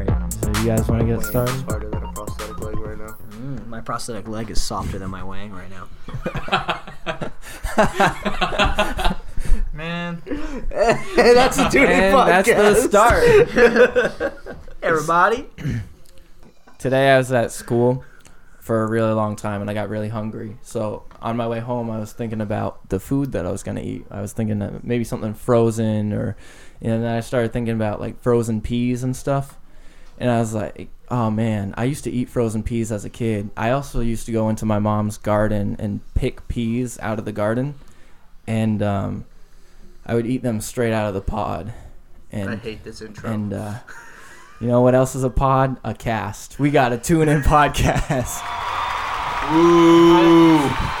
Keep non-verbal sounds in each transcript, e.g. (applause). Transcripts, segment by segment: you guys want to get Wang is (laughs) started? harder than a prosthetic leg right now. (laughs) Mm, my prosthetic leg is softer than my wang right now. Man, (laughs) that's the duty And that's the start. (laughs) Everybody, Today I was at school for a really long time and I got really hungry. So on my way home, I was thinking about the food that I was gonna eat. I was thinking that maybe something frozen or, and then I started thinking about like frozen peas and stuff. And I was like, oh man, I used to eat frozen peas as a kid. I also used to go into my mom's garden and pick peas out of the garden, and um, I would eat them straight out of the pod. And I hate this intro. and uh, you know what else is a pod? A cast. We got a tune in (laughs) podcast. ooh,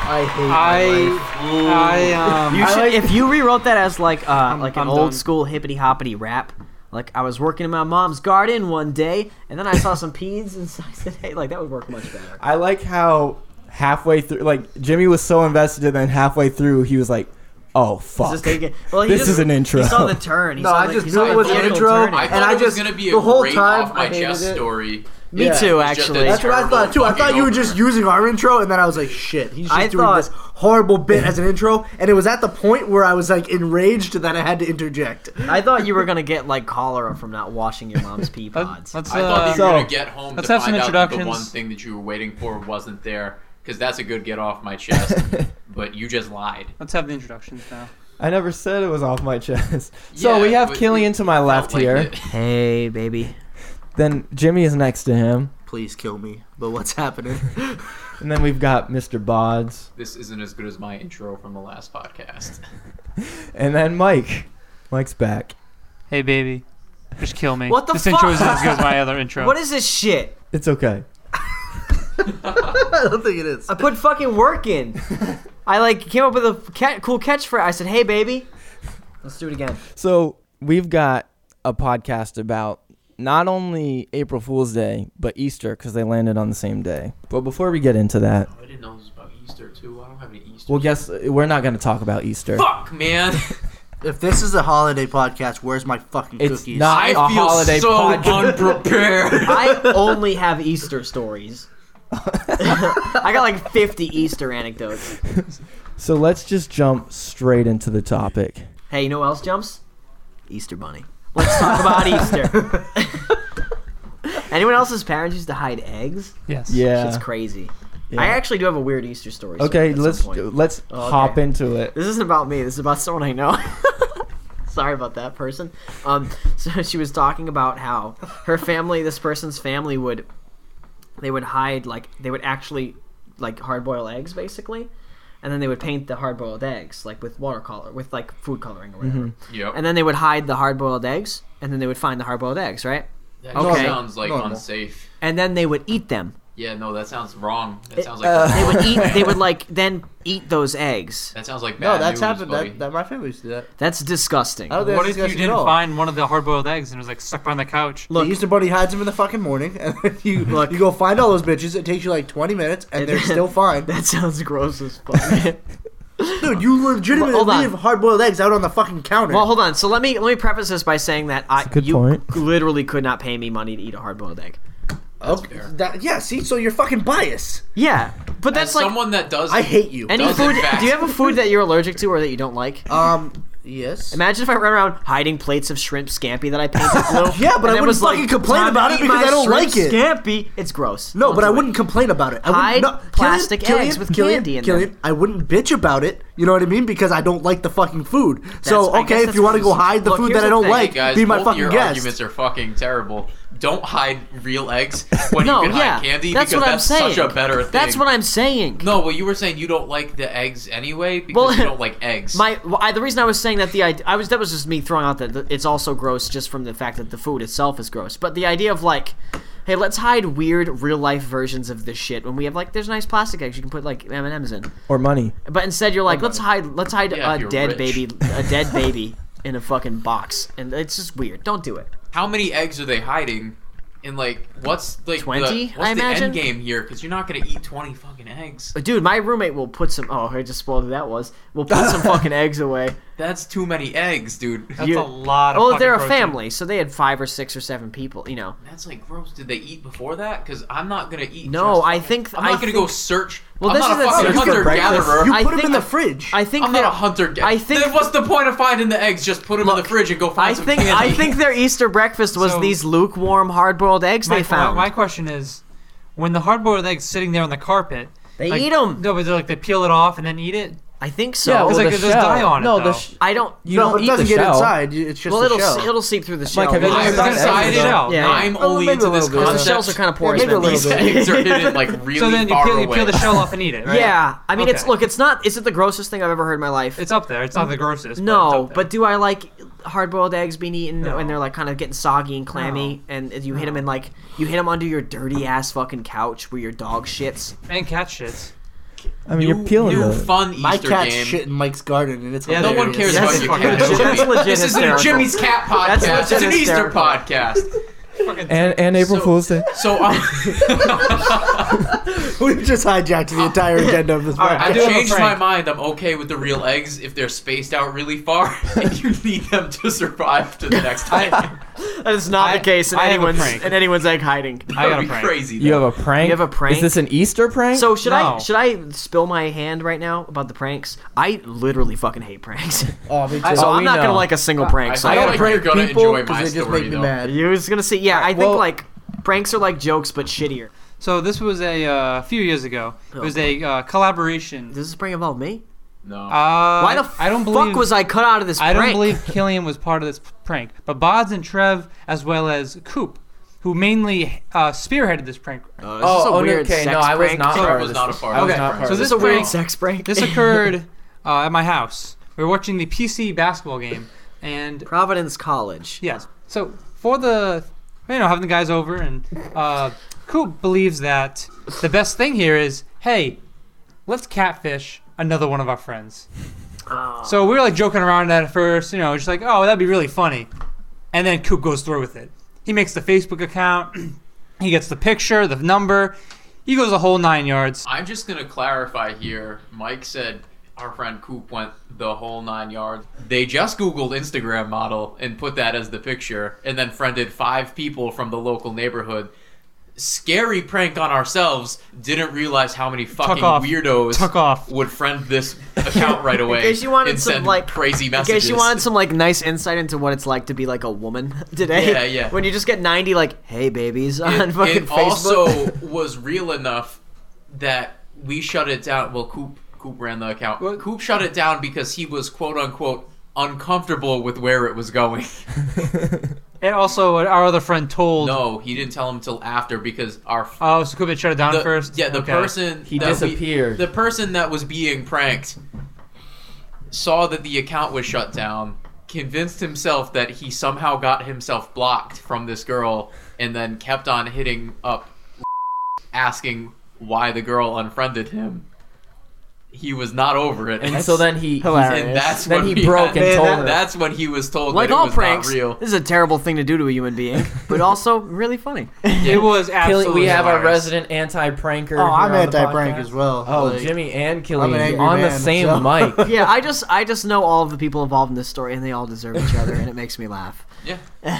I hate. I, (laughs) I um, You should, if you rewrote that as like uh, like an I'm old done. school hippity hoppity rap, like I was working in my mom's garden one day, and then I saw some peas, and (laughs) so I said, "Hey, like that would work much better." I like how halfway through, like Jimmy was so invested, and then halfway through, he was like, "Oh fuck, Just take it. Well, he This just- is an intro. He saw the turn. He No, saw, I like, just he saw knew it the was an political intro. turn. I And thought I it was just- gonna be the a whole great time, off my I hated chest it. story. Me Yeah. too, It's just actually. a that's what I terrible thought too. I thought you were fucking just opener. using our intro, and then I was like, "Shit, he's just I doing thought- this horrible bit as an intro." And it was at the point where I was like enraged that I had to interject. I thought you were gonna get like cholera from not washing your mom's pea pods. let's, let's, I thought uh, that you were so, gonna get home to let's have some find out that the introductions. one thing that you were waiting for wasn't there, because that's a good get off (laughs) my chest. but you just lied. let's have the introductions now. (laughs) I never said it was off my (laughs) chest." So Yeah, we have but Killian it to my felt left like here. it. hey, baby. Then Jimmy is next to him, Please kill me. But what's happening? and then we've got Mr. Bods, This isn't as good as my intro from the last podcast. and then Mike. Mike's back. Hey, baby, just kill me. What the This intro fuck? isn't as good as my other intro. What is this shit? It's okay. (laughs) I don't think it (laughs) is. I put fucking work in. I like came up with a ca- cool catchphrase. I said, "Hey, baby." Let's do it again. So we've got a podcast about not only April Fool's Day but Easter because they landed on the same day. But before we get into that, (laughs) I didn't know this was about Easter too. I don't have any Easter. well, guess we're not going to talk about Easter. (laughs) Fuck, man. If this is a holiday podcast, where's my fucking It's cookies? (laughs) not. I A feel holiday so podcast. unprepared. I only have Easter stories. (laughs) I got like 50 Easter anecdotes. So let's just jump straight into the topic. Hey, you know what else jumps? Easter Bunny. Let's (laughs) talk about Easter. (laughs) Anyone else's parents used to hide eggs? Yes. Yeah. Shit's crazy. Yeah. I actually do have a weird Easter story. so- Okay, at some let's point. let's Oh, hop okay. into it. This isn't about me. This is about someone I know. (laughs) Sorry about that person. Um, so (laughs) she was talking about how her family, this person's family, would they would hide like they would actually like hard boil eggs basically, and then they would paint the hard boiled eggs like with watercolor with like food coloring or whatever. yep. And then they would hide the hard boiled eggs, and then they would find the hard boiled eggs, right? that okay. sounds like Normal. unsafe. And then they would eat them. Yeah, no, that sounds wrong. That sounds like (laughs) They uh, would eat. They would like then eat those eggs. that sounds like No, bad that's news, happened. buddy. That, that my family used to do that. That's disgusting. I don't think What that's if you disgusting at didn't all. find one of the hard-boiled eggs and it was like stuck behind the couch? the Easter Bunny hides them in the fucking morning, and then you Look. you go find all those bitches. It takes you like twenty minutes, and (laughs) they're still fine. That sounds gross as fuck. (laughs) Dude, you legitimately Hold on. leave hard-boiled eggs out on the fucking counter. Well, hold on. So let me let me preface this by saying that I a good you point. literally could not pay me money to eat a hard boiled egg. okay. fair. that, yeah. See, so you're fucking biased. Yeah, but As that's like someone that does. I hate you. any does food. in fact. Do you have a food that you're allergic to or that you don't like? um. Yes. Imagine if I ran around hiding plates of shrimp scampi that (laughs) I painted blue. Yeah, but and I then wouldn't was like, fucking complain "Time to about it eat because my I don't shrimp like it." Scampi, it's gross. No, Don't but I do it. wouldn't complain about it. I Hide wouldn't, no, plastic eggs with candy in them. Killian, I wouldn't bitch about it. You know what I mean? Because I don't like the fucking food. so I guess okay, if that's you want to go reasonable. hide the Look, food here's that I the don't thing, Hey like, guys, be my both of fucking your guest. arguments are fucking terrible. Don't hide real eggs when No, you can yeah, hide candy that's because what I'm that's saying. such a better thing. That's what I'm saying. No, well, you were saying you don't like the eggs anyway because Well, you don't like eggs. My well, I, the reason I was saying that the id- I was that was just me throwing out that the- it's also gross just from the fact that the food itself is gross. But the idea of like, hey, let's hide weird real life versions of this shit when we have like there's nice plastic eggs you can put like M and M's in. Or money. But instead you're like let's hide let's hide Oh, Yeah, a if you're dead rich. baby a (laughs) dead baby in a fucking box and it's just weird. Don't do it. How many eggs are they hiding? And like, what's like 20, The, what's I the imagine? end game here? Because you're not gonna eat twenty fucking eggs. (laughs) But dude, my roommate will put some. Oh, I just spoiled who that was. Will put some fucking eggs away. That's too many eggs, dude. (laughs) That's You- a lot of. Oh, fucking they're a protein. family, so they had five or six or seven people. You know. That's like gross. Did they eat before that? Because I'm not gonna eat. No, just- I think I'm not I gonna think, go search. Well, I'm this not is a the- fucking Just get hunter gatherer. You I put them in think- the fridge. I think I'm not they're- a hunter gatherer. I think Then what's the point of finding the eggs? Just put them in the fridge and go find I some think candy. I (laughs) think their Easter breakfast was So- these lukewarm hard-boiled eggs My, they found. my question is, when the hard-boiled egg's sitting there on the carpet, they like, eat them. No, but they're like they peel it off and then eat it. I think Yeah, so. well, like, the it does shell. die on it, no, though. the sh- I don't. you no, don't but it eat the doesn't get shell. inside. You- It's just Well, the it'll shell. se- it'll seep through the shell. Mike, have you I've ever (laughs) tried decided eggs? Yeah, yeah. I'm Well, only maybe to a this little bit. concept. the shells are kind of porous. maybe a man. little These bit. eggs are (laughs) hidden like really so then you far peel, away. you peel the shell off and (laughs) eat it. Right? Yeah, I mean, it's Okay. look, it's not. Is it the grossest thing I've ever heard in my life? It's up there. It's not the grossest. it's no, up there. but do I like hard-boiled eggs being eaten and they're like kind of getting soggy and clammy, and you hit them in like you hit them under your dirty ass fucking couch where your dog shits? and cat shits. I mean, New- you're peeling new the. fun My Easter cat's game. shit in Mike's garden, and it's Yeah, No hilarious. one cares That's (laughs) about your cat. fucking legit- Jimmy. that's legit this is a hysterical. Jimmy's Cat That's podcast. It's legit an Easter hysterical. podcast. And, and April So- Fool's Day. So um, (laughs) We've just hijacked the entire agenda of this. All right, podcast. I do have a changed my prank. mind. I'm okay with the real eggs if they're spaced out really far (laughs) and you need them to survive to the next time. (laughs) That is not I- the case in I have a anyone's prank. in anyone's egg hiding. I got That'd a be prank. crazy. You have though. a prank. You have a prank? Is this an Easter prank? So should I No. should I spill my hand right now about the pranks? I literally fucking hate pranks. Oh, me too. I- so we I'm not know. gonna like a single prank. So I I feel don't like prank you're gonna people enjoy my because they just story, make me though. mad. you was gonna say yeah. I think well- like pranks are like jokes but shittier. So this was a uh, few years ago. It Oh, was a uh, collaboration. Does this prank involve me? No. Uh, Why the I don't fuck believe, was I cut out of this I prank? don't believe Killian was part of this p- prank, but Bods and Trev, as well as Coop, who mainly uh, spearheaded this prank. Uh, is this Oh, a oh, weird okay. sex No, I was prank? not Trevor part of was this. not a part I of was this not prank. part So of Is this. this a weird Well, sex prank? (laughs) This occurred (laughs) uh, at my house. We were watching the PC basketball game, and Providence College. Yes. So for the you know having the guys over and uh, Coop believes that the best thing here is hey, let's catfish another one of our friends. Ah. So we were like joking around at first, you know, just like oh that'd be really funny, and then Coop goes through with it. He makes the Facebook account, (clears throat) he gets the picture, the number, he goes the whole nine yards. I'm just gonna clarify here. Mike said our friend Coop went the whole nine yards. They just Googled Instagram model and put that as the picture, and then friended five people from the local neighborhood. Scary prank on ourselves. Didn't realize how many fucking off. weirdos Tuck off. would friend this (laughs) account right away. case you wanted and some, send like- crazy In messages. case you wanted some like nice insight into what it's like to be like a woman (laughs) today. Yeah, yeah. When you just get 90 like, hey babies on fucking it Facebook. also (laughs) was real enough that we shut it down. Well, Coop Coop ran the account. Coop shut it down because he was quote unquote uncomfortable with where it (laughs) was going. (laughs) And also our other friend told. no, he didn't tell him till after because our f- Oh, so Coop had shut it down the, first. yeah the Okay. person He that we- disappeared. the person that was being pranked saw that the account was shut down. Convinced himself that he somehow got himself blocked from this girl, and then kept on hitting up (laughs) asking why the girl unfriended him. He was not over it, And so then he. Hilarious. and that's Then when he we broke and had- told that- her. That's when he was told like that it all was pranks, not real. this is a terrible thing to do to a human being, but also really funny. It was Killian- absolutely. we have our hilarious. resident anti-pranker. Oh, I'm here on the anti-prank podcast. as well. Oh, Like, Jimmy and Killian I'm an angry on the man, same so- mic. (laughs) yeah, I just I just know all of the people involved in this story, and they all deserve each other, and it makes me laugh. Yeah.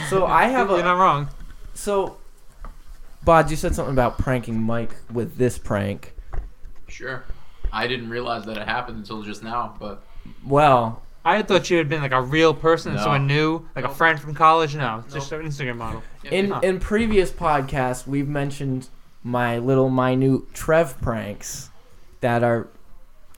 So I have You're a not wrong. so. Bod, you said something about pranking Mike with this prank. Sure. I didn't realize that it happened until just now, but Well, I thought you had been like a real person, No. someone new, like a Nope. friend from college. No, it's just an Instagram model. in in previous podcasts, we've mentioned my little minute Trev pranks that are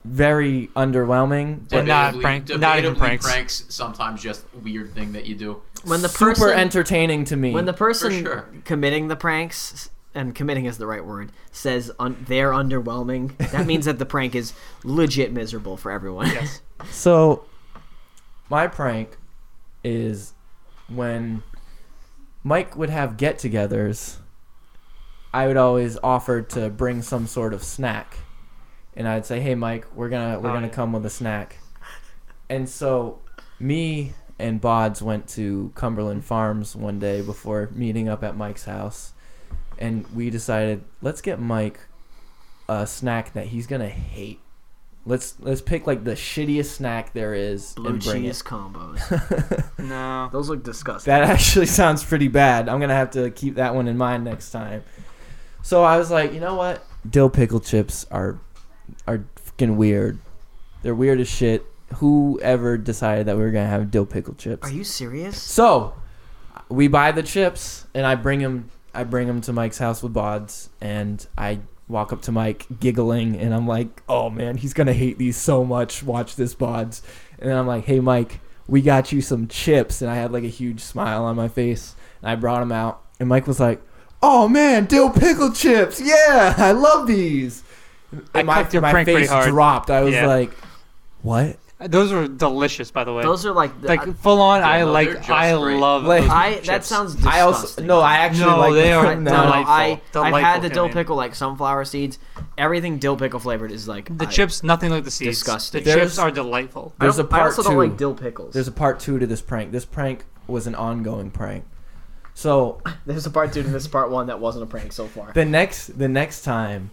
very underwhelming. They're But not Debatably- prank- not even debatably pranks. Sometimes just weird thing that you do. When the super person entertaining to me. when the person sure. committing the pranks and committing is the right word says un- they're underwhelming, that means that the prank is legit miserable for everyone. So, my prank is when Mike would have get togethers, I would always offer to bring some sort of snack. And I'd say, "Hey Mike, we're going to we're Oh, going to yeah. come with a snack." And so me and Bods went to Cumberland Farms one day before meeting up at Mike's house. And we decided, let's get Mike a snack that he's going to hate Let's let's pick like the shittiest snack there is (laughs) Blue and bring cheese combos. it. No. Those look disgusting. That (laughs) actually sounds pretty bad. I'm gonna have to keep that one in mind next time. So I was like, you know what? Dill pickle chips are are fucking weird. They're weird as shit. Whoever decided that we were gonna have dill pickle chips? Are you serious? so we buy the chips, and I bring them. I bring them to Mike's house with Bods, and I walk up to Mike giggling, and I'm like, "Oh man, he's gonna hate these so much. Watch this, Bods." And I'm like, "Hey, Mike, we got you some chips," and I had like a huge smile on my face, and I brought them out, and Mike was like, "Oh man, dill pickle chips, yeah, I love these." I And my cooked your my prank pretty face hard. dropped. I was Yeah. like, "What?" Those were delicious, by the way. Those are like the- like full on. Yeah, I no, they're like. just I great. love. Like- those I chips. that sounds disgusting. I also no, I actually No, like they the- (laughs) are I, no, no, Delightful. I, I've had the Delightful, dill Kevin. pickle like sunflower seeds. Everything dill pickle flavored is like The I- chips, nothing like the seeds. Disgusting. The There's- chips are delightful. I There's don't- a part I also do two. don't like dill pickles. There's a part two to this prank. This prank was an ongoing prank. So There's a part two to this part one that wasn't a prank so far. the next the next time,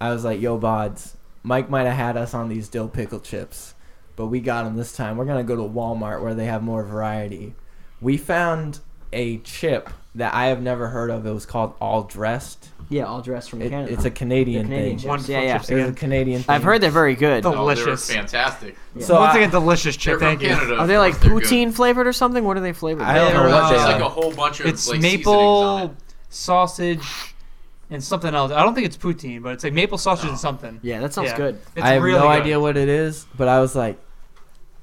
I was like, "Yo, Bods, Mike might have had us on these dill pickle chips, but we got them this time. We're gonna go to Walmart where they have more variety." We found a chip that I have never heard of. It was called All Dressed. yeah, all dressed from It, Canada. it's a Canadian, Canadian thing. chip. Wonderful Yeah, yeah. chips It was a again. Canadian. Thing. I've heard they're very good. The- Oh, they're Delicious. fantastic. So Once I- again, delicious They're chip. from Thank you. Canada. Are of they like course they're poutine good. flavored or something? What are they flavored? I don't They're, know what they It's uh, like are. a whole bunch of It's like seasonings maple on sausage and something else. I don't think it's poutine, but it's like maple sausage and something. Yeah, that sounds Yeah. good. It's I have really no good. idea what it is, but I was like,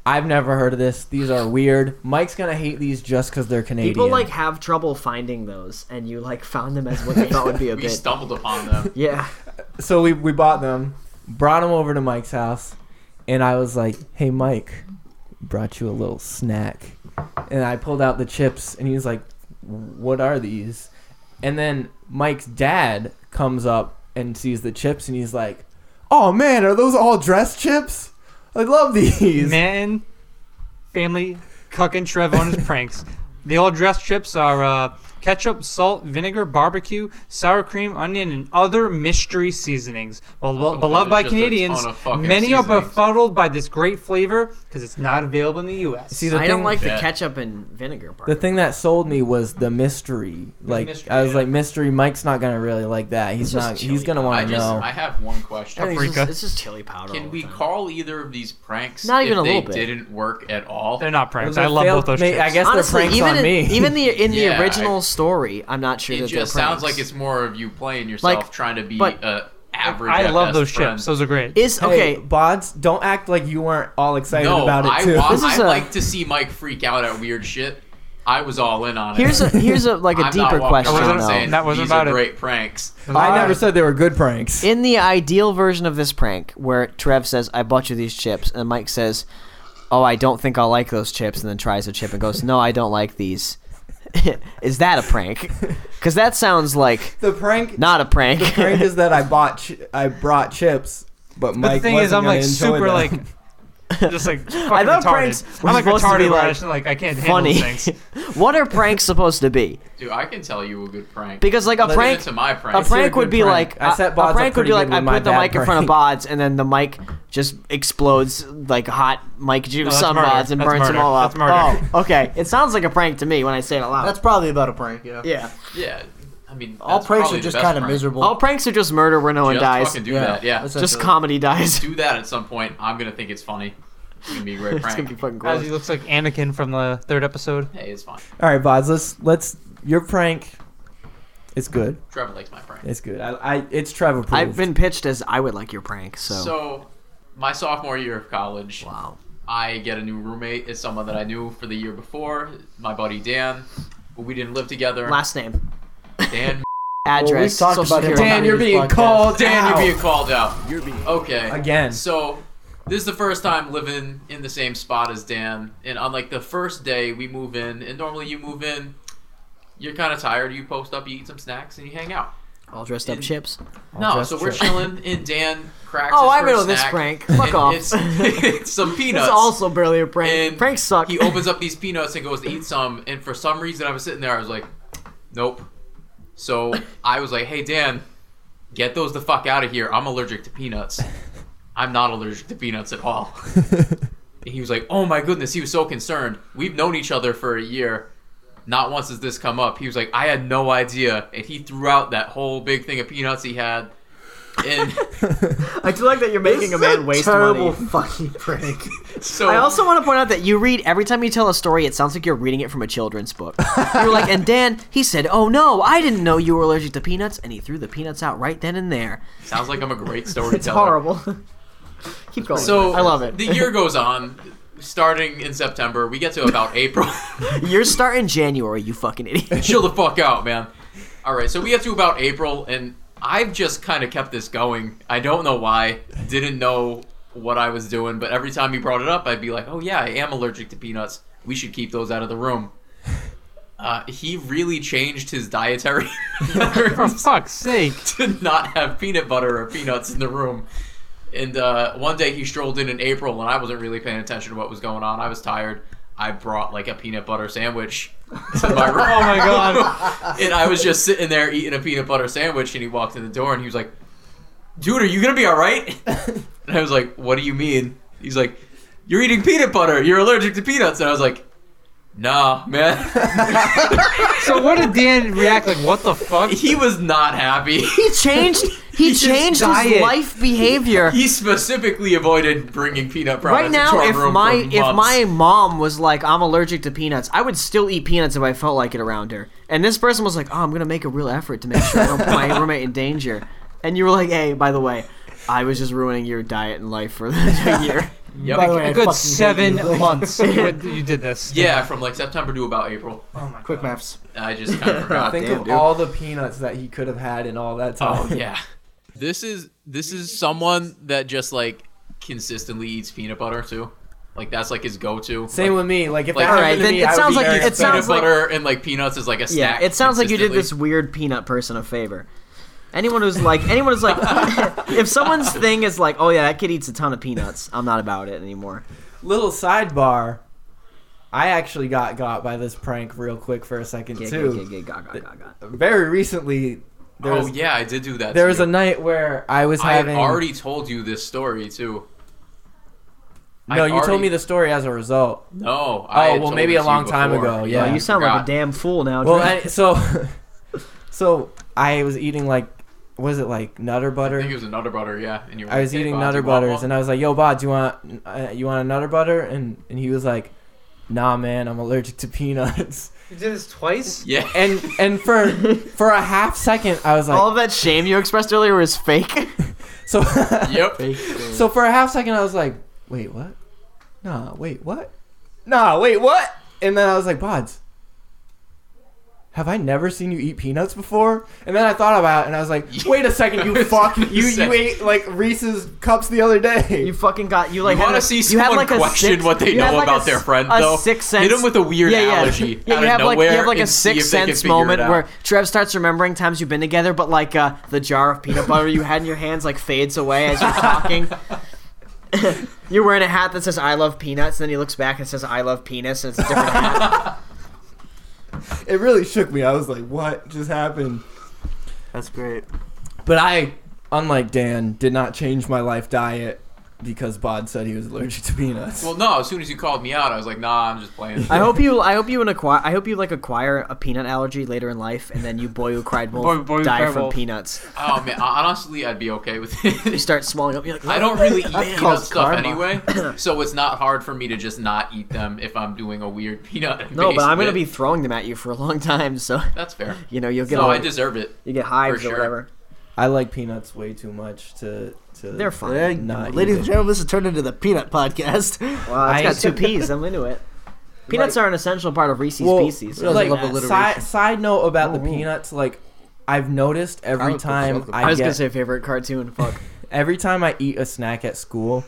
I've never heard of this. These are weird. Mike's gonna hate these just because they're Canadian. People like have trouble finding those, and you like found them as what you thought would be a it. (laughs) We bit. stumbled (laughs) upon them. Yeah, so we we bought them, brought them over to Mike's house, and I was like, "Hey, Mike, brought you a little snack." And I pulled out the chips, and he was like, "What are these?" And then Mike's dad comes up and sees the chips, and he's like, "Oh man, are those all dress chips? I love these." Man, family, Cuck and Trev on his pranks. The all dressed chips are uh, ketchup, salt, vinegar, barbecue, sour cream, onion, and other mystery seasonings. Well, well, Oh, beloved by there's just a Canadians, ton of fucking many are seasonings. befuddled by this great flavor because it's not available in the U.S. See, the I don't thing- like the Yeah. ketchup and vinegar part. The thing that sold me was the mystery. Like mystery, I was yeah. like, mystery. Mike's not gonna really like that. He's It's just not. He's chili gonna I want to just know. I have one question. it's, just, Paprika. it's just chili powder. all Can the we time. call either of these pranks Not even if a they little bit. didn't work at all? They're not pranks. Those are I love failed- both those may- chips. I guess they're Honestly, pranks even on in, me. even the in the Yeah, I- original story, I'm not sure It that just they're sounds pranks. like it's more of you playing yourself Like, trying to be but- a average. I at love best those friend. chips. Those are (laughs) great. is Hey, okay. Bods, don't act like you weren't all excited no, about it I too. want. This is I a- like to see Mike freak out at weird shit. I was all in on it. here's a here's a like a I'm not deeper walking question around That wasn't- saying, though. that wasn't These about are it. great pranks. (laughs) I never said they were good pranks. In the ideal version of this prank, where Trev says, "I bought you these chips," and Mike says, "Oh, I don't think I'll like those chips," and then tries a chip and goes, "No, I don't like these." (laughs) is that a prank? Because that sounds like the prank, not a (laughs) prank. the prank is that I bought, ch- I brought chips, but But Mike the thing is, wasn't I'm gonna like enjoy super them. like just like fucking I thought retarded. pranks were I'm like supposed to retarded be, where I like, just, like I can't funny. handle things. (laughs) what are pranks supposed to be? Dude, I can tell you a good prank. Because like a Let's prank, get into my prank. a Let's hear a prank would good be prank. like uh, I set a- Bods a up prank would pretty be like good I with my put the bad mic in front of prank. Bods and then the mic just explodes like hot mic juice that's on murder. Bods and That's burns them murder. all up. That's murder. Oh, okay. It sounds like a prank to me when I say it aloud. That's probably about a prank, yeah. yeah. yeah, I mean, All that's pranks probably are the just best kind of prank. miserable. All pranks are just murder where no one Just dies. fucking do that. Yeah, Just essentially. comedy dies. do that at some point. I'm gonna think it's funny. It's gonna be a great (laughs) it's gonna prank. be fucking As he gross. looks like Anakin from the third episode. Hey, it's fine. (laughs) all right, Bods, let's let's your prank. It's good. Trevor likes my prank. It's good. I, I it's Trevor proof. I've been pitched as I would like your prank. So, So, my sophomore year of college, wow. I get a new roommate. It's someone that I knew for the year before, my buddy Dan. But we didn't live together. Last name, Dan. address, talked social about it. security. Dan, on you're this being podcast. called. Dan, out. you're being called out. You're being okay Again. So, this is the first time living in the same spot as Dan, and on like the first day we move in, and normally you move in, you're kind of tired. You post up, you eat some snacks, and you hang out. all dressed up chips. No, dressed so we're up. chilling, and Dan cracks. Oh, his I first remember this snack, prank. Fuck and off. It's, (laughs) it's some This peanuts. is also barely a prank. And Pranks suck. He (laughs) opens up these peanuts and goes to eat some, and for some reason, I was sitting there. I was like, "Nope." So I was like, "Hey, Dan, get those the fuck out of here. I'm allergic to peanuts." I'm not allergic to peanuts at all. he was like, oh my goodness, he was so concerned. We've known each other for a year. Not once has this come up. He was like, I had no idea. And he threw out that whole big thing of peanuts he had. (laughs) And I do like that you're making a This is man waste terrible (laughs) money. fucking prank. so I also want to point out that you read every time you tell a story, it sounds like you're reading it from a children's book. You're like, and Dan, he said, "Oh no, I didn't know you were allergic to peanuts," and he threw the peanuts out right then and there. sounds like I'm a great (laughs) storyteller. It's horrible. (laughs) Keep going. So I love it. The year goes on. Starting in September, we get (laughs) to about April. (laughs) (laughs) You're starting January, you fucking idiot. Chill the fuck out, man. All right, so we get to about April, and I've just kind of kept this going. I don't know why. Didn't know what I was doing, but every time he brought it up, I'd be like, "Oh yeah, I am allergic to peanuts. We should keep those out of the room." Uh, he really changed his dietary (laughs) (laughs) For fuck's sake. to not have peanut butter or peanuts in the room. And uh, one day he strolled in in April, and I wasn't really paying attention to what was going on. I was tired. I brought like a peanut butter sandwich to (laughs) my room. Oh my (laughs) god. and I was just sitting there eating a peanut butter sandwich, and he walked in the door, and he was like, "Dude, are you gonna be all (laughs) right?" and I was like, "What do you mean?" He's like, "You're eating peanut butter. You're allergic to peanuts." And I was like, "Nah, man." (laughs) So what did Dan react like? What the (laughs) fuck? he was not happy. He changed. He (laughs) He's his changed his diet. life behavior. He specifically avoided bringing peanut products Right into now, our if room my for if months. my mom was like, "I'm allergic to peanuts," I would still eat peanuts if I felt like it around her. And this person was like, "Oh, I'm gonna make a real effort to make sure I don't put my roommate in danger." And you were like, "Hey, by the way, I was just ruining your diet and life for (laughs) the year." Yep. By the way, I A fucking good hate seven you. (laughs) months you, you did this. yeah, from like September to about April, Oh my Quick maps. I just kind (laughs) of forgot. (laughs) Think Damn, of dude. all the peanuts that he could have had in all that time. Oh yeah. This is this is someone that just like consistently eats peanut butter too. Like that's like his go-to. Same like, with me. Like if Like, that happened alright, to then me, it I would be sounds like- very it peanut upset. sounds like- butter and like peanuts is like a Yeah, snack. it sounds like you did this consistently. weird peanut person a favor. Anyone who's like, anyone who's like, (laughs) if someone's thing is like, oh yeah, that kid eats a ton of peanuts, I'm not about it anymore. little sidebar. I actually got got by this prank real quick for a second Gig, too. gig, gig, ga, ga, ga, ga. Very recently, there Oh was yeah, I did do that. there to was you. a night where I was I had having. already told you this story too. I no, you told already- me the story as a result. No. I Oh, had well, told maybe this a to long you time before. ago, Oh, yeah. you sound like a forgot. damn fool now. Well, Drew. I, so, (laughs) so I was eating like, was it like Nutter Butter? I think it was a Nutter Butter, yeah. And you were I like, was "Hey, eating Bob, do Nutter you want Butters, one?" (laughs) and I was like, "Yo, Bod, do you want uh, you want a Nutter Butter?" And and he was like, "Nah, man, I'm allergic to peanuts." You did this twice? yeah. And and for for a half second, I was like, All of that shame you expressed earlier was fake. (laughs) "So yep. (laughs) so for a half second, I was like, "Wait, what? Nah, wait, what? Nah, wait, what?" And then I was like, "Bods." Have I never seen you eat peanuts before? And then I thought about it and I was like, wait a second, I you was fuck. gonna You, say. you ate like Reese's cups the other day. You fucking got you like. you had want a- to see you had someone like a question sixth- what they you had know like a about their s- friend, a though. sixth sense. Hit them with a weird yeah, yeah. allergy Yeah, out you of have like you nowhere. have like a and see sixth if they can sense figure it moment out. where Trev starts remembering times you've been together, but like uh, the jar of peanut butter you had in your hands like fades away as you're talking. (laughs) you're wearing a hat that says "I love peanuts," and then he looks back and says "I love penis," and it's a different hat. (laughs) it really shook me. I was like, what just happened? That's great. But I, unlike Dan, did not change my life diet because Bod said he was allergic to peanuts. Well, no. As soon as you called me out, I was like, "Nah, I'm just playing." I hope you. I hope you an acquire. I hope you like acquire a peanut allergy later in life, and then you boy who cried wolf Boy- boy who die cried from wolf. peanuts. (laughs) oh man, I- honestly, I'd be okay with You it. start swelling up. You're like, I don't really eat That peanut calls stuff karma. anyway, so it's not hard for me to just not eat them if I'm doing a weird peanut. (laughs) (laughs) No, but I'm gonna based be bit. throwing them at you for a long time, so (laughs) That's fair. you know you'll get No, all, I deserve it. you get hives for or sure. whatever. I like peanuts way too much to. to They're fine. There you go. Not Ladies and easy. gentlemen, this has turned into the Peanut Podcast. (laughs) Wow, it's I- got two P's. I'm into it. Peanuts are an essential part of Reese's Well, Pieces. like, love alliteration. side, side note about the Oh, oh. peanuts, like. I've noticed every Oh, time okay. I, I was get gonna say favorite cartoon. (laughs) Fuck. every time I eat a snack at school,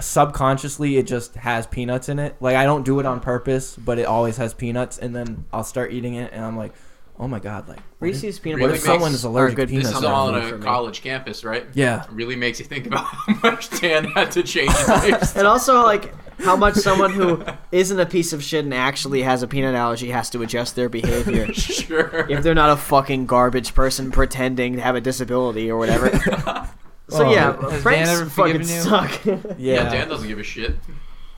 subconsciously it just has peanuts in it. Like I don't do it on purpose, but it always has peanuts, and then I'll start eating it, and I'm like, oh my god, like what is- Reese's peanut What Really butter. if makes- someone is are allergic to good This peanuts? is Peanut all butter on for a me. college campus, right? Yeah. It really makes you think about (laughs) how much Dan had to change (laughs) his lifestyle. And also like how much someone who isn't a piece of shit and actually has a peanut allergy has to adjust their behavior. sure. (laughs) if they're not a fucking garbage person pretending to have a disability or whatever. So Oh, yeah, has pranks Dan ever fucking forgiven you? suck. Yeah. Yeah. Dan doesn't give a shit.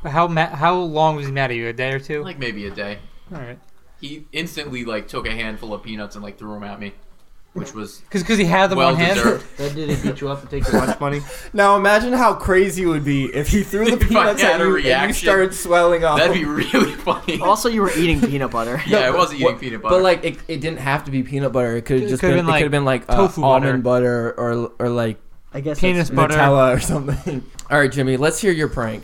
How ma- how long was he mad at you? A day or two? Like maybe a day. All right. He instantly like took a handful of peanuts and like threw them at me, which was Because he had them well on hand. (laughs) (laughs) deserved. that did it beat you up and take your lunch money. Now imagine how crazy it would be if he (laughs) threw the If I peanuts at had a you and you reaction, started swelling up. That'd be really (laughs) funny. Also, you were eating peanut (laughs) butter. yeah, I but- wasn't eating what- peanut butter. But like, it, it didn't have to be peanut butter. It could It have just could've been, been, like, it could have been like uh, tofu almond butter or or like I guess Penis butter. Nutella or something. All right, Jimmy, let's hear your prank.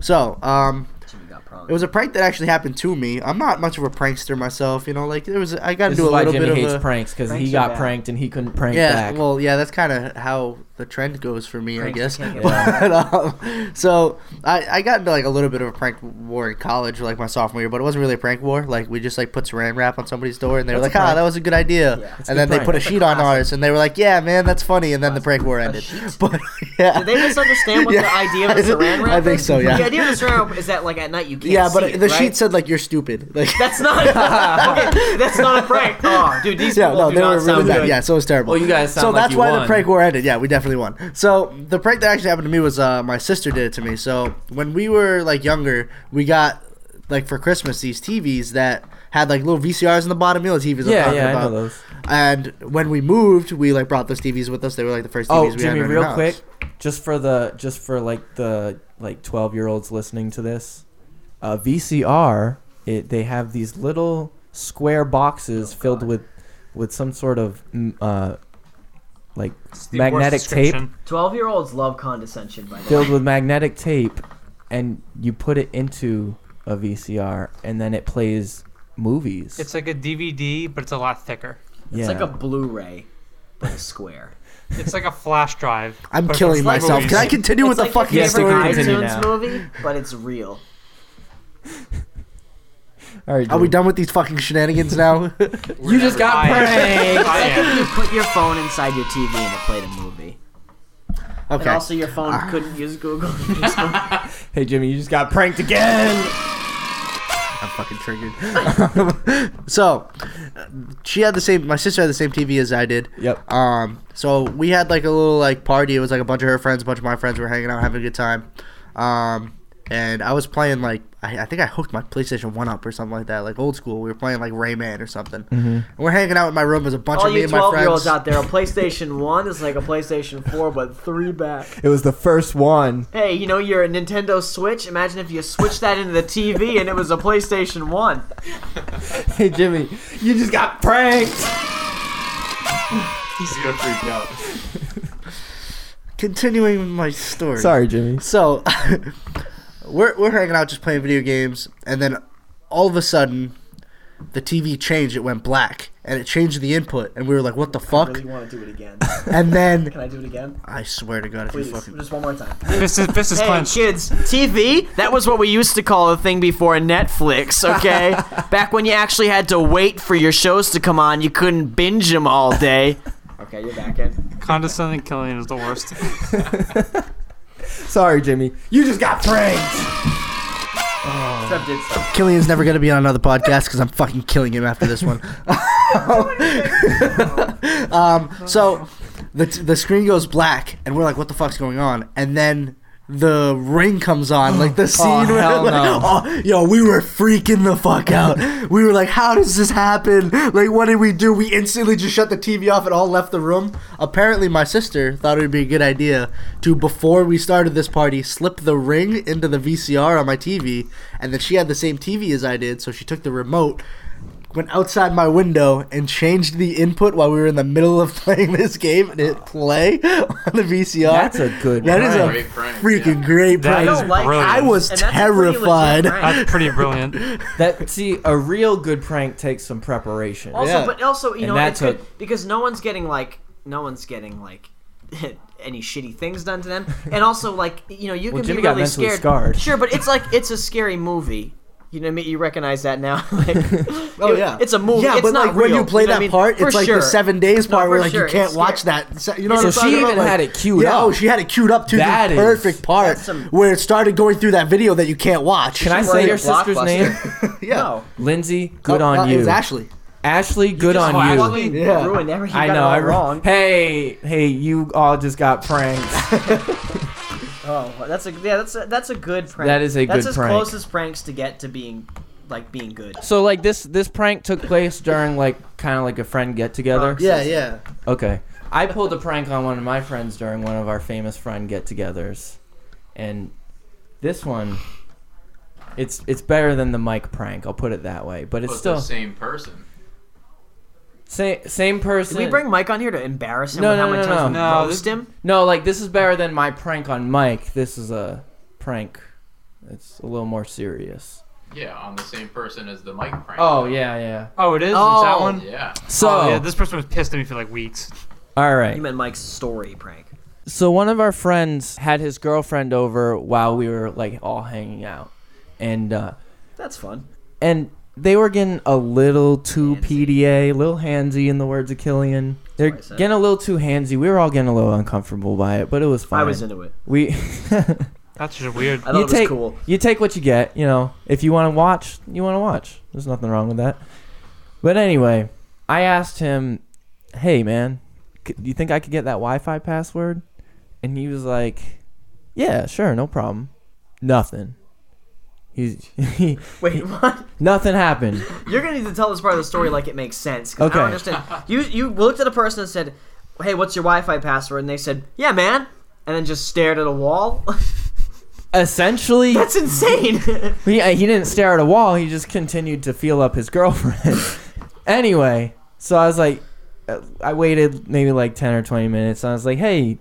So, um, Jimmy got problems. it was a prank that actually happened to me. I'm not much of a prankster myself, you know. Like there was, I got to This do is a why little Jimmy bit hates of a. pranks because he Pranks are got bad. pranked and he couldn't prank yeah, back. well, yeah, that's kind of how the trend goes for me, Pranks I guess. you (laughs) can't get But, um, so I, I got into like a little bit of a prank war in college, like my sophomore year, but it wasn't really a prank war. Like we just like put saran wrap on somebody's door, and they were That's like, a "Ah, prank. that was a good idea." Yeah. That's a and good then they prank. put a That's a sheet on classic. ours, and they were like, "Yeah, man, that's funny." And then the prank war ended. sheet? (laughs) But yeah, Did they misunderstand what the (laughs) Yeah. idea of a saran wrap I think is? so. Yeah. The idea of a saran wrap is that like at night you can't. yeah, but see it, the right? sheet said like you're stupid. Like (laughs) That's (laughs) not. okay, that's not a prank. Oh, dude, these yeah, people no, do they not were really sound bad. good. Yeah, so it was terrible. Well, you guys sound so like that's you why won. the prank war ended. Yeah, we definitely won. So the prank that actually happened to me was uh, my sister did it to me. So when we were like younger, we got like for Christmas these TVs that had like little VCRs in the bottom. You know, the TVs. I'm yeah, talking yeah, I about. know those. And when we moved, we like brought those TVs with us. They were like the first TVs Oh, we Jimmy, had. in our real house. quick, just for the just for like the like twelve year olds listening to this, uh, VCR. It they have these little square boxes filled with with some sort of mm, uh, like It's the worst magnetic tape description. Twelve-year-olds love condescension. By the way, filled with magnetic tape, and you put it into a VCR, and then it plays movies. It's like a DVD, but it's a lot thicker. yeah. it's like a Blu-ray, but a square. It's like a flash drive. I'm but for killing movies. myself. Can I continue with it's the like fucking you your ever story? favorite story. Continue iTunes now. movie, but (laughs) it's real. All right, Are we Jimmy. done with these fucking (laughs) shenanigans now? You just got I am. (laughs) pranked. I am. You put your phone inside your TV and it played a movie. okay. Ah. And also, your phone couldn't use Google. Hey, Jimmy, you just got pranked again. I'm fucking triggered. (laughs) so, uh, she had the same. My sister had the same TV as I did. Yep. Um. So we had like a little like party. It was like a bunch of her friends, a bunch of my friends were hanging out, having a good time. Um. And I was playing like I, I think I hooked my PlayStation One up or something like that, like old school. We were playing like Rayman or something. And we're hanging out in my room. There's a bunch All of me you and my twelve-year-olds friends. out there, a PlayStation One is like a PlayStation Four, but three back. It was the first one. Hey, you know you're a Nintendo Switch. Imagine if you switched that into the TV and it was a PlayStation One. (laughs) Hey, Jimmy, you just got pranked. He's gonna freak out. Continuing with my story. Sorry, Jimmy. So we're we're hanging out just playing video games and then all of a sudden the TV changed, it went black and it changed the input and we were like, What the I (laughs) fuck? really want to do it again. And then Can I do it again? (laughs) I swear to god if Please, you fucking just one more time. Fist is, fist is Hey, clenched. kids, TV? That was what we used to call a thing before Netflix, (laughs) okay? Back when you actually had to wait for your shows to come on, you couldn't binge them all day. Okay, you're back in. Condescending killing is the worst. Sorry, Jimmy. You just got pranked. Except it's Killian's never gonna be on another podcast because I'm fucking killing him after this one. (laughs) um, so the the screen goes black and we're like, what the fuck's going on? And then the ring comes on, (gasps) like the scene where Oh, hell like, no. oh, yo, we were freaking the fuck out. We were like, how does this happen? Like, what did we do? We instantly just shut the TV off and all left the room. Apparently, my sister thought it would be a good idea to, before we started this party, slip the ring into the VCR on my TV. And then she had the same TV as I did, so she took the remote. Went outside my window and changed the input while we were in the middle of (laughs) playing this game and hit play (laughs) on the VCR. That's a good That is prank. a Great prank, freaking yeah. great That prank. is don't like- brilliant. I was And that's a pretty legit terrified. prank. That's pretty brilliant. That see, a real good prank takes some preparation. Also, Yeah. but also, you And know, that it's good took- because no one's getting like no one's getting like (laughs) any shitty things done (laughs) to them, and also like you know you Well, can Jimmy be got really mentally scared. scarred. Sure, but it's like it's a scary movie. You know, what I mean? you recognize that now. (laughs) (laughs) like, Oh it- yeah, it's a movie. Yeah, It's but not like when real, you play you know what I that mean? part, For it's like sure. the seven days part for where like sure, you can't it's watch scary. that. So- You know So what I'm she talking about? even Like, had it queued yeah, up. Oh, she had it queued up to That the is- perfect part That's some- where it started going through that video that you can't watch. (laughs) Can I Right, say your sister's name? Blockbuster. yeah. No. Lindsay, good Oh, on uh, you. It was Ashley. Ashley, good just Oh, on watched you. Ashley Fucking Yeah. ruined everything. I got it know. all I wrong. Hey, hey, you all just got pranked. Oh, well, that's a yeah. That's a, that's a good prank. That is a that's good as prank. close as pranks to get to being like being good. (laughs) so like this this prank took place during like kind of like a friend get together. Yeah, yeah. Okay. I pulled a prank on one of my friends during one of our famous friend get-togethers, and this one, it's it's better than the mic prank. I'll put it that way. But it's But still Oh, the same person. same same person. Did we bring Mike on here to embarrass him? No, with how no, many no, times no. we No, roast this- him? No, like this is better than my prank on Mike. This is a prank. It's a little more serious. Yeah, on the same person as the mic prank. Oh yeah, yeah. Oh, it is. Oh, Is that one? Yeah. So Oh, yeah. This person was pissed at me for like weeks. all right. You meant Mike's story prank. So one of our friends had his girlfriend over while we were like all hanging out, and uh, That's fun. and they were getting a little too Handsy. PDA, a little handsy in the words of Killian. They're what I said. getting a little too handsy. We were all getting a little uncomfortable by it, but it was fine. I was into it. we. (laughs) That's just weird. I thought it was take, cool. You take what you get, you know. If you want to watch, you want to watch. There's nothing wrong with that. But anyway, I asked him, "Hey man, c- do you think I could get that Wi-Fi password?" And he was like, "Yeah, sure, no problem." Nothing. He's (laughs) he, Wait, what? nothing happened. You're gonna need to tell this part of the story like it makes sense. 'cause I Okay. don't understand. You you looked at a person and said, "Hey, what's your Wi-Fi password?" And they said, "Yeah, man," and then just stared at a wall. (laughs) Essentially, (laughs) That's insane. he uh, he didn't stare at a wall. He just continued to feel up his girlfriend. (laughs) anyway, so I was like, uh, I waited maybe like ten or twenty minutes. And I was like, hey,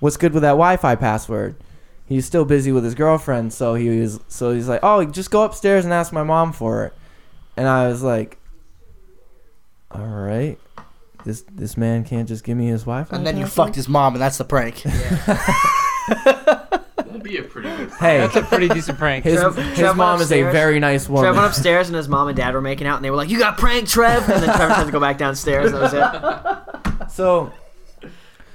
what's good with that Wi-Fi password? He's still busy with his girlfriend, so he was so he's like, oh, just go upstairs and ask my mom for it. And I was like, all right, this this man can't just give me his Wi-Fi. And then you password?" fucked his mom, and that's the prank. That'd be a pretty (laughs) good Hey, That's a pretty decent prank. his, Trev- his Trev mom is a upstairs. very nice woman. Trev went upstairs and his mom and dad were making out, and they were like, "You got pranked, Trev!" And then Trevor had to go back downstairs. That was (laughs) it. So,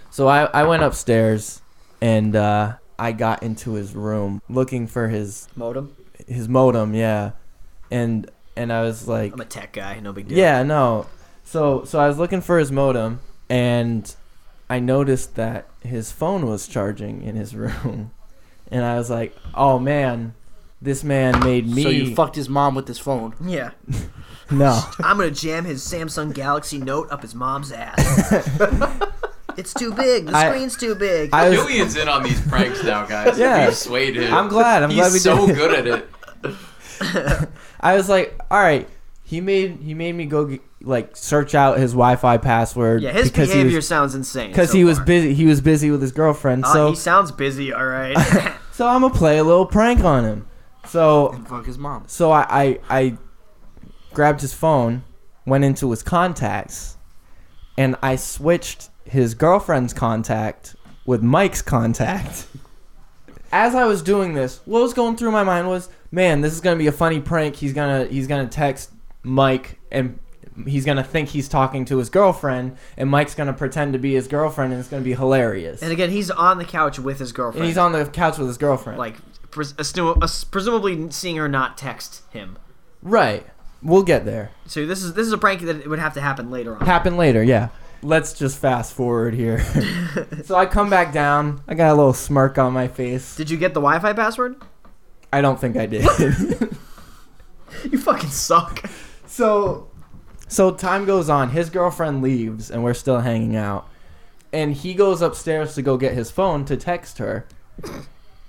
so I, I went upstairs and uh, I got into his room looking for his Modem. his modem, yeah, and and I was like, I'm a tech guy. No big deal. yeah, no. So so I was looking for his modem and I noticed that his phone was charging in his (laughs) room, and I was like, oh man, this man made me So you fucked his mom with his phone. Yeah. (laughs) (laughs) no. I'm gonna jam his Samsung Galaxy Note up his mom's ass. (laughs) it's too big. The I- screen's too big. I was, Gillian's in on these pranks now, (laughs) guys. Yeah. We've swayed him. I'm glad. I'm He's glad we so did. it. good at (laughs) it. I was like, all right. He made he made me go g like search out his Wi-Fi password. yeah, his because behavior he was, sounds insane. because so he was far. busy. He was busy with his girlfriend. Uh, so he sounds busy. (laughs) All right. so I'm gonna play a little prank on him. So And fuck his mom. so I I, I grabbed his phone, went into his contacts, and I switched his girlfriend's contact with Mike's contact. As I was doing this, what was going through my mind was, man, this is gonna be a funny prank. He's gonna he's gonna text Mike and he's gonna think he's talking to his girlfriend, and Mike's gonna pretend to be his girlfriend, and it's gonna be hilarious. (laughs) and again, he's on the couch with his girlfriend. And he's on the couch with his girlfriend. like pres- assume- as- presumably seeing her not text him. right, we'll get there. So this is this is a prank that would have to happen later on. happen later. Yeah. Let's just fast forward (laughs) here. so I come back down. I got a little smirk on my face. Did you get the Wi-Fi password? (laughs) I don't think I did. You fucking suck. so, so time goes on. His girlfriend leaves, and we're still hanging out. And he goes upstairs to go get his phone to text her,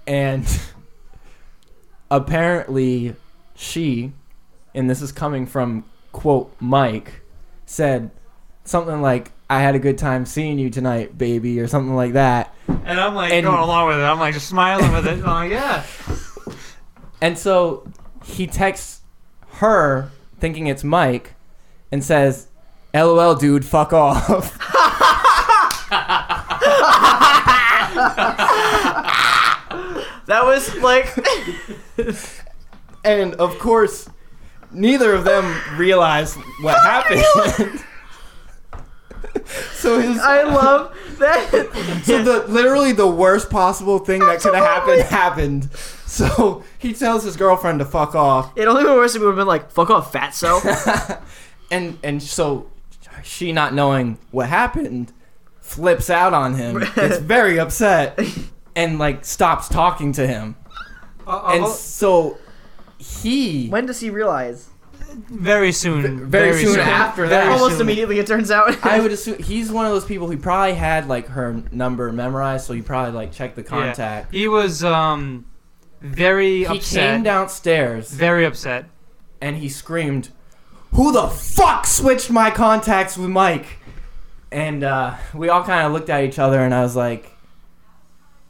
and (laughs) apparently, she, and this is coming from quote Mike, said something like, "I had a good time seeing you tonight, baby," or something like that. And I'm like And- going along with it. I'm like just smiling with it. I'm like, yeah. And so he texts her, thinking it's Mike, and says, LOL, dude, fuck off. (laughs) That was like (laughs) And of course, neither of them realized what happened. (laughs) so his. I love that. so the literally the worst possible thing that could have happened happened. So he tells his girlfriend to fuck off, (laughs) It only would worse if we would have been like, "Fuck off, fatso." and and so she not knowing what happened flips out on him. Gets very upset and like stops talking to him. Uh, (laughs) And uh, so he When does he realize? very soon. very, soon, after that Almost soon. immediately, it turns out. I would assume he's one of those people who probably had like her number memorized, so he probably like checked the Yeah. contact. He was um very He upset. came downstairs very upset. and he screamed, "Who the fuck switched my contacts with Mike?" And uh, we all kind of looked at each other, and I was like,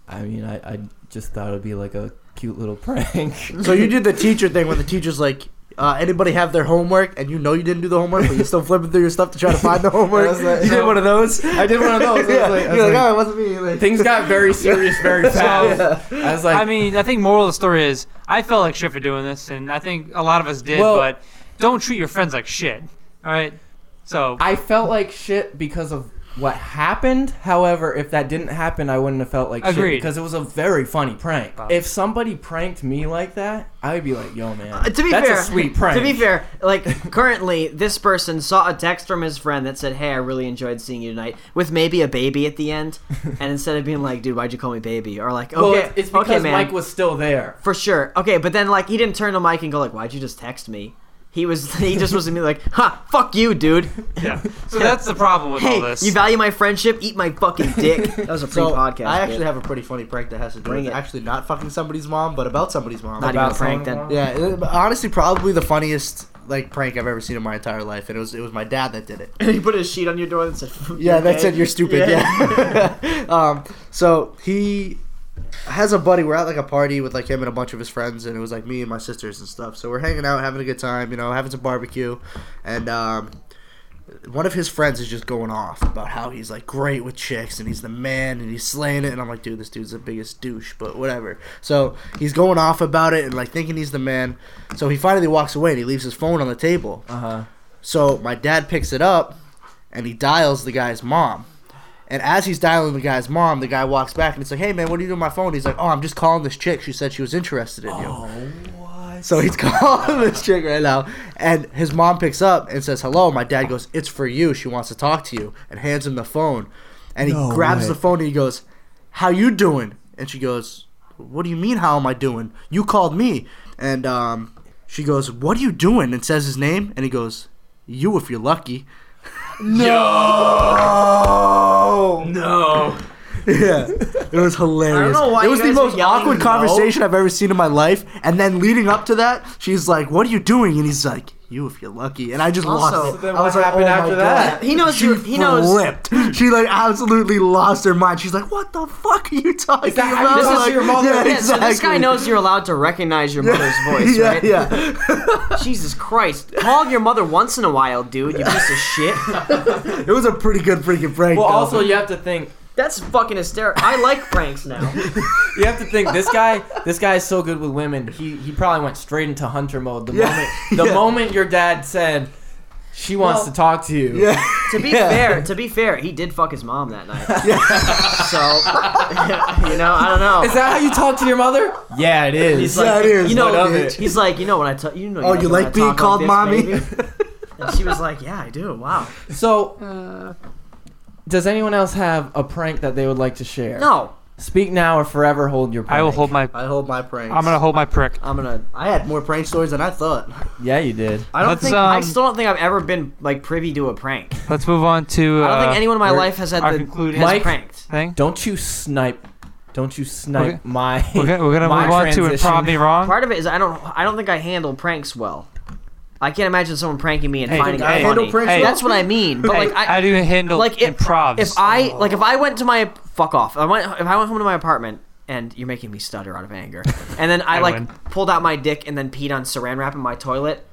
"I mean, I, I just thought it'd be like a cute little prank." (laughs) So you did the teacher thing when the teacher's like, uh, anybody have their homework? And you know you didn't do the homework, but you're still flipping through your stuff to try to find the (laughs) homework. I was like- you did one of those. I did one of those. I was (laughs) yeah. like- I you're was like, like- oh, it wasn't me. Like, Things got very serious (laughs) very fast. I was like, I mean, I think moral of the story is I felt like shit for doing this, and I think a lot of us did. Well- but don't treat your friends like shit. All right. So I felt like shit because of what happened. However, if that didn't happen, I wouldn't have felt like Agreed. shit because it was a very funny prank. If somebody pranked me like that, I would be like, "Yo, man, Uh, to be that's fair, a sweet prank." To be fair, like currently, this person saw a text from his friend that said, "Hey, I really enjoyed seeing you tonight," with maybe a baby at the end. and instead of being like, "Dude, why'd you call me baby?" or like, "Okay, well, it's, it's because okay, man, Mike was still there. for sure." Okay, but then like he didn't turn to Mike and go like, "Why'd you just text me?" He was (laughs) he just was immediately like, "Ha, fuck (laughs) you, dude." yeah. So that's the problem with all Hey, this. you value my friendship? Eat my fucking dick. That was a so pre-podcast. I actually have a pretty funny prank that has to do Bring with it. actually not fucking somebody's mom, but about somebody's mom. not even a about prank someone. then. Yeah, it- honestly, probably the funniest like prank I've ever seen in my entire life, and it was it was my dad that did it. he put a sheet on your door that said, (laughs) Yeah, that said you're stupid. (laughs) Yeah. um, so he has a buddy. We're at like a party with like him and a bunch of his friends, and it was like me and my sisters and stuff. So we're hanging out, having a good time, you know, having some barbecue, and um, one of his friends is just going off about how he's like great with chicks and he's the man and he's slaying it and I'm like dude this dude's the biggest douche but whatever so he's going off about it and like thinking he's the man so he finally walks away and he leaves his phone on the table Uh huh. so my dad picks it up and he dials the guy's mom. And as he's dialing the guy's mom, the guy walks back and it's like, "Hey man, what are you doing on my phone?" He's like, "Oh, I'm just calling this chick. She said she was interested in you." Oh, So he's (laughs) calling this chick right now, and his mom picks up and says, "Hello." My dad goes, "It's for you. She wants to talk to you," and hands him the phone. And he No grabs way. the phone and he goes, "How you doing?" And she goes, "What do you mean? How am I doing? You called me." And um, she goes, "What are you doing?" And says his name, and he goes, "You, if you're lucky." No. No. Yeah, it was hilarious. I don't know why it was you the guys were most yelling awkward no. conversation I've ever seen in my life. And then leading up to that, she's like, "What are you doing?" And he's like, "You, if you're lucky." And I just Also- lost it. Then I what was like, happened "Oh my after God." that? He knows. She you he knows. Hmm. flipped. She like absolutely lost her mind. She's like, "What the fuck are you talking that how about?" you This talk Oh, Like, to your mother? Yeah, Yeah, so this guy exactly. knows you're allowed to recognize your mother's (laughs) voice, yeah, right? yeah. Jesus Christ. Call your mother once in a while, dude, you piece of shit. It was a pretty good freaking prank. Well, though. also you have to think. That's fucking hysterical. I like pranks now. You have to think. This (laughs) guy, this guy is so good with women. He he probably went straight into hunter mode the Yeah, moment (laughs) the yeah. moment your dad said she wants Well- to talk to you. yeah. To be fair, to be fair, he did fuck his mom that night. So, (laughs) you know, I don't know. Is that how you talk to your mother? Yeah, (laughs) it is. He's Yeah, like, it is. you know, What of it? he's like, you know what I tell you know. Oh, you when like I being talk called this, mommy? baby." and she was like, yeah, I do. Wow. So, Uh. does anyone else have a prank that they would like to share? No, Speak now or forever hold your prank. I will hold my. I hold my pranks. I'm gonna hold my prick. I'm gonna. I had more prank stories than I thought. Yeah, you did. I don't Let's, think. I um, still don't think I've ever been like privy to a prank. Let's move on to. Uh, I don't think anyone in my our- life has had our the concluding- has Mike? pranked. thing. Don't you snipe. Don't you snipe Okay. my. We're gonna, we're (laughs) gonna my move on to and transition. probably wrong. Part of it is I don't I don't think I handle pranks well. I can't imagine someone pranking me and Hey, finding I it handle funny. pranks Hey. well. That's what I mean. But Hey, like I, do handle like if, improvs. If I Oh. like if I went to my fuck off. I went if I went home to my apartment and you're making me stutter out of anger. And then I, I like win. pulled out my dick and then peed on saran wrap in my toilet.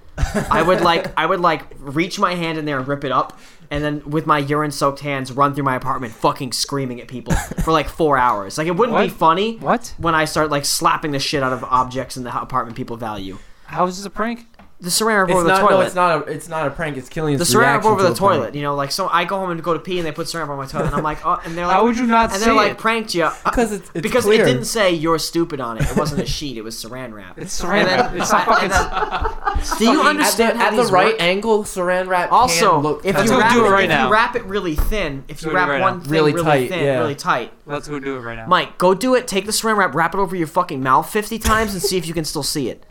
I would like I would like reach my hand in there and rip it up and then with my urine soaked hands run through my apartment fucking screaming at people for like 4 hours. Like it wouldn't be What? funny What? when I start like slapping the shit out of objects in the apartment people value. How is this a prank? the saran wrap It's over the not. toilet. No, it's not a. It's not a prank. It's Killian's the saran wrap reaction over to the a prank. toilet. You know, like so I go home and go to pee and they put saran wrap on my toilet and I'm like, (laughs) oh, and they're like, How would you not and see they're like, it? (laughs) pranked you Because it's, it's because clear. it didn't say you're stupid on it. (laughs) It wasn't a sheet. It was saran wrap. It's saran And wrap. then- (laughs) It's not fucking. and then- Do you At the, understand how at the these right work? angle, Saran wrap. Also, can look if kinda you go wrap do it right if now. you wrap it really thin, if Do you it wrap right one now. thing Really really, tight, thin, yeah. really tight. Let's go do it right now. Mike, go do it. Take the saran wrap, wrap it over your fucking mouth fifty times, and see if you can still see it.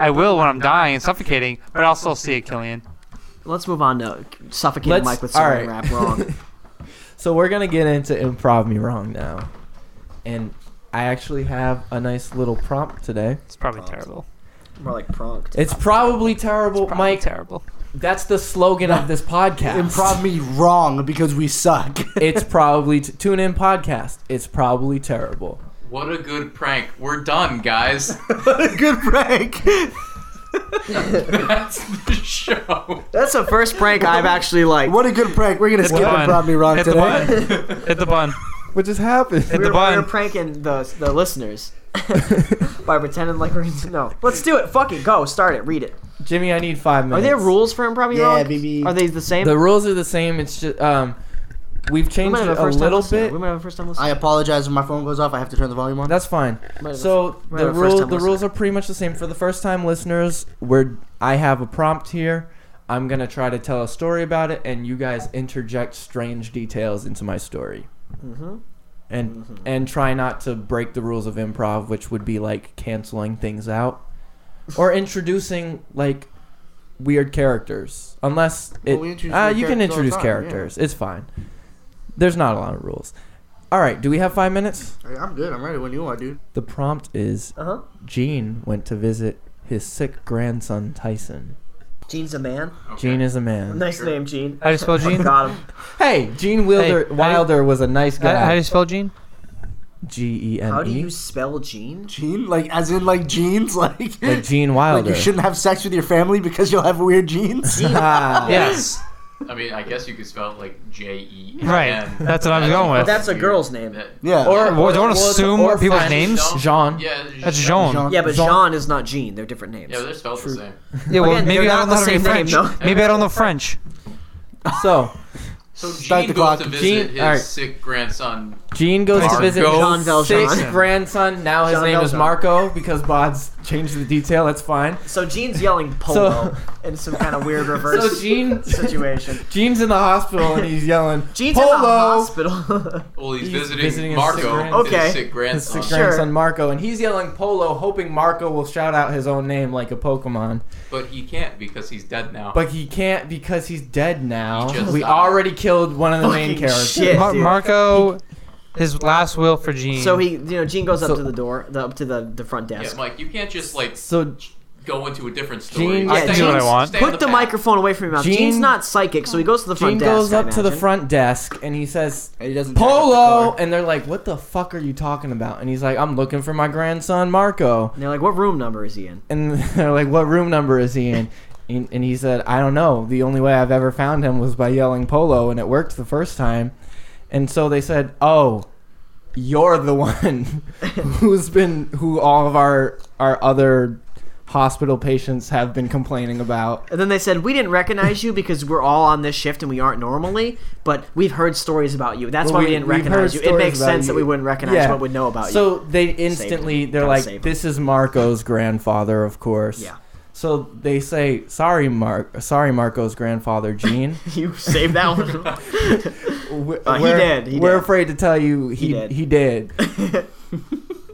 I will when I'm dying and suffocating, but I'll still see it, Killian. Let's move on to suffocating Let's- Mike with all right. saran wrap. (laughs) Wrong. So we're gonna get into improv me wrong now, and I actually have a nice little prompt today. It's probably terrible. More like pronked. It's probably terrible, Probably Mike. terrible. that's the slogan of this podcast. Improv me wrong because we suck. (laughs) It's probably t- tune in podcast. It's probably terrible. What a good prank. We're done, guys. (laughs) Good prank. That's the show. That's the first prank I've actually like. What a good prank. We're gonna skip button. improv me wrong Hit the today. (laughs) button. Hit the bun. What just happened? Hit we the were, we were bun. pranking the the (laughs) listeners by pretending like we're gonna no. Let's do it. Fuck it. Go. Start it. Read it. Jimmy, I need five Are minutes. there rules for improv? Yeah, wrong? baby. Are they the same? The rules are the same. It's just um, we've we changed might it have a first-time little listener. bit. We might have a first time listener. I apologize if my phone goes off. I have to turn the volume on. That's fine. Might have a So might the have a first rule, time the listener. rules are pretty much the same for the first time listeners. We're I have a prompt here. I'm gonna try to tell a story about it, and you guys interject strange details into my story, Mm-hmm. Mhm. and and try not to break the rules of improv, which would be like canceling things out or introducing like weird characters, unless it. Well, we introduce uh, weird you can characters all the introduce time, yeah. characters. It's fine. There's not a lot of rules. All right, do we have five minutes? I'm good. I'm ready when you are, dude. The prompt is Uh huh. Gene went to visit his sick grandson Tyson. Gene's a man. Gene is a man. Nice name, Gene. Oh How do you spell Gene? Got him. Hey, Gene Wilder, Hey, Wilder was a nice How, how do guy. you spell Gene? G E How N do E. you spell Gene? Gene, like as in like jeans, (laughs) like, (laughs) Like Gene like Wilder. you shouldn't have sex with your family because you'll have weird jeans. (laughs) (laughs) Ah, Yes. I mean, I guess you could spell it like J E. Right. That's what I was going with. That's a girl's name. yeah. Or- Well, don't it's- assume or people's French. names. Jean. Yeah, That's Jean. Jean. Yeah, but Jean- Jean is not Gene. They're different names. Yeah, they're spelled the same. Yeah, well, Again, maybe they're I don't know not how to the read same French. name, Maybe I don't know French. So So Start Gene the goes clock. to visit Gene- his alright. sick grandson. Gene goes to Margot visit Jean his Valjean. sick grandson. Now his Jean name is Valjean. Marco because Bod's changed the detail. That's fine. So Gene's yelling polo in some kind of weird (laughs) So reverse Gene, (laughs) situation. Gene's in the hospital and he's yelling Gene's polo. in the hospital. (laughs) Well, he's, He's visiting, visiting his Marco, sick grand- Okay. his sick his grandson. sick Sure. grandson Marco, and he's yelling Polo, hoping Marco will shout out his own name like a Pokemon. But he can't because he's dead now. But he can't because he's dead now. He just we died. already killed one of the main Fucking characters. shit. Yeah, Mar- dude. Marco, his last will for Gene. so he, you know, Gene goes up So- to the door, the, up to the, the front yeah, desk. Mike, you can't just like So go into a different story. Gene- Stay Yeah, on the- do what I want. stay on Put the, path. microphone away from your mouth. Gene- Gene's not psychic, so he goes to the front Gene desk. goes I up to the imagine. front desk and he says, And he doesn't jack up the Polo! car. And they're like, What the fuck are you talking about? And he's like, I'm looking for my grandson, Marco. And they're like, "What room number is he in?" And (laughs) they're like, What room number is he in? And, and he said, I don't know. The only way I've ever found him was by yelling Polo, and it worked the first time. And so they said, Oh, you're the one (laughs) who's been, who all of our, our other hospital patients have been complaining about. And then they said, "We didn't recognize you because we're all on this shift and we aren't normally, but we've heard stories about you. That's Well, why we, we- didn't we've recognize heard you. It stories makes about sense that you. we wouldn't recognize Yeah. what we know about Uh, you." So they instantly him. they're Gotta like, save him. "This is Marco's grandfather, of course." Yeah. So they say, "Sorry, Mark. Sorry, Marco's grandfather, Gene. You (laughs) (laughs) saved that one. W- Uh, he we're- did, he we're did. afraid to tell you he He he did." did.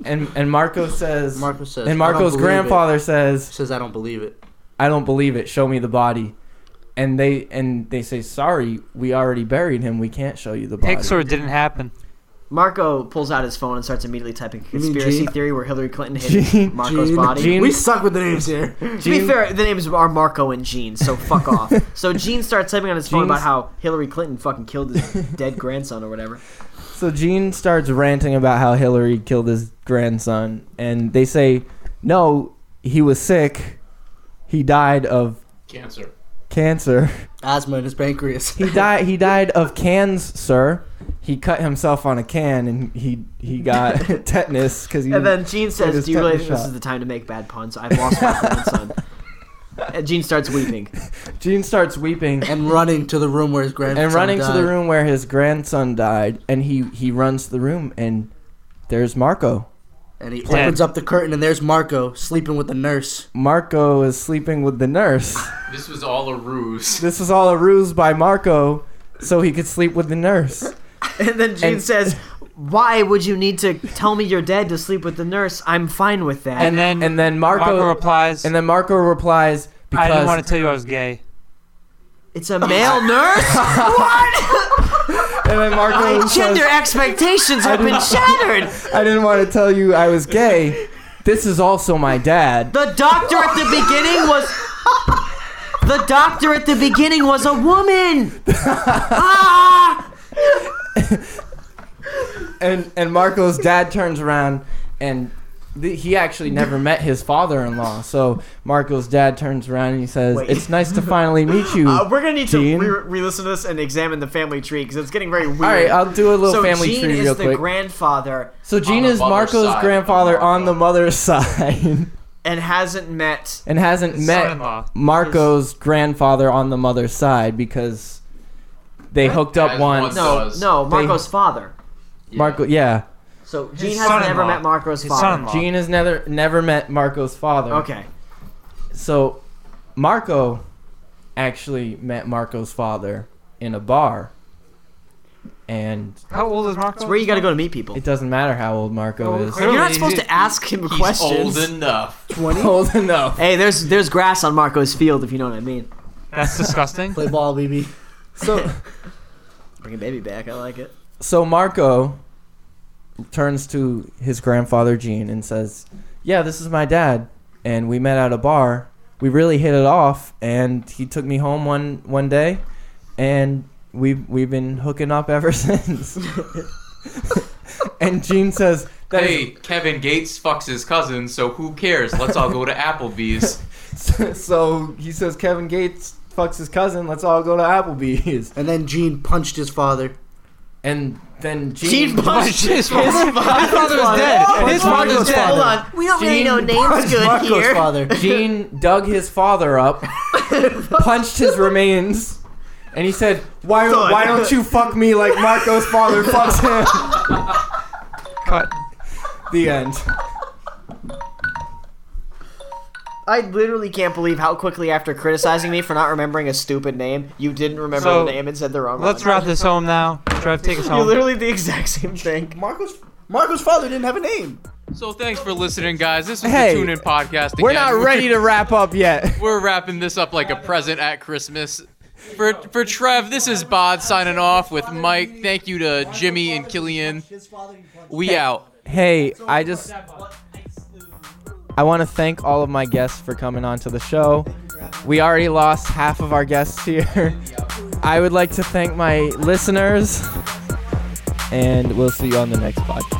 and and Marco says, Marco says, and "I don't Marco's believe it." grandfather says, says I don't believe it. "I don't believe it. Show me the body." And they and they say, "Sorry, we already buried him. We can't show you the body." Pixar didn't happen. Marco pulls out his phone and starts immediately typing You mean conspiracy Gene? theory where Hillary Clinton hid Gene. Marco's Gene. body. Gene. We suck with the names here. To be fair, the names are Marco and Gene, (laughs) so fuck off. So Gene starts typing on his phone about Gene's- how Hillary Clinton fucking (laughs) killed his dead grandson or whatever. So Gene starts ranting about how Hillary killed his grandson, and they say, "No, he was sick. He died of Cancer. cancer. (laughs) (laughs) Asthma in his pancreas. He died. He died of cans, sir. He cut himself on a can, and he he got (laughs) tetanus because he And then Gene It says, is "Do you really tetanus think this shot. (laughs) is the time to make bad puns? I've lost my grandson." Uh, Gene starts weeping. Gene starts weeping (laughs) and running to the room where his grandson and running to died. the room where his grandson died, and he he runs to the room and there's Marco. and he Dead. opens up the curtain and there's Marco sleeping with the nurse. Marco is sleeping with the nurse. This was all a ruse. This was all a ruse by Marco so he could sleep with the nurse. And then Gene And- says, "Why would you need to tell me you're dead to sleep with the nurse? I'm fine with that." And then And then Marco, Marco, replies, and then Marco replies "I because (laughs) didn't want to tell you I was gay." it's a male nurse. and then Marco My says, (laughs) gender expectations have been shattered. I didn't want to tell you I was gay. This is also my dad. The doctor at the beginning was. The doctor at the beginning was a woman. Ah! And and Marco's dad turns around and th- he actually never met his father-in-law. So Marco's dad turns around and he says, Wait. "It's nice to finally meet (laughs) you." Uh, we're gonna need Gene? to re- listen to this and examine the family tree because it's getting very weird. All right, I'll do a little so family Gene tree is real the quick. grandfather so Gene the is mother's Marco's side of grandfather Marco. (laughs) on the mother's side (laughs) and hasn't met. and hasn't His met son-in-law. Marco's grandfather on the mother's side because they hooked up As one once. does. No, no, Marco's father. Marco, yeah. So Gene has never son-in-law. met Marco's His father. son-in-law. Gene has never never met Marco's father. Okay. So Marco actually met Marco's father in a bar. And How old is Marco? It's where you gotta go to meet people. it doesn't matter how old Marco is. You're not Clearly, supposed to he- ask him He's questions. old enough. (laughs) old enough. (laughs) Hey, there's there's grass on Marco's field if you know what I mean. That's disgusting. Play ball, BB. So Bring a baby back. I like it. so Marco turns to his grandfather Gene and says, "Yeah, this is my dad, and we met at a bar. We really hit it off, and he took me home one one day, and we've we've been hooking up ever (laughs) since." and Gene says, "That is Hey, Kevin Gates fucks his cousin, so who cares? Let's all go to Applebee's. (laughs) so he says Kevin Gates fucks his cousin. Let's all go to Applebee's. (laughs) And then Gene punched his father. And then Gene, Gene punched his father. father. His father was dead. Oh His father was dead. Hold on. We don't really Gene know names Punched good Marco's here. (laughs) father. Gene dug his father up, punched his remains, and he said, "Why Son. why don't you fuck me like Marco's father fucks him?" (laughs) Cut. the end. I literally can't believe how quickly after criticizing me for not remembering a stupid name, you didn't remember So, the name and said the wrong Let's one. wrap this home now. Trev, take (laughs) us You (laughs) home. literally the exact same thing. Marco's Marco's father didn't have a name. So thanks for listening, guys. This was Hey, the Tune In Podcast. We're again. not ready (laughs) to wrap up yet. We're wrapping this up like a present at Christmas. For for Trev, this is Bod signing off with Mike. Thank you to Jimmy and Killian. We out. Hey, I just I want to thank all of my guests for coming on to the show. We already lost half of our guests here. (laughs) I would like to thank my listeners and we'll see you on the next podcast.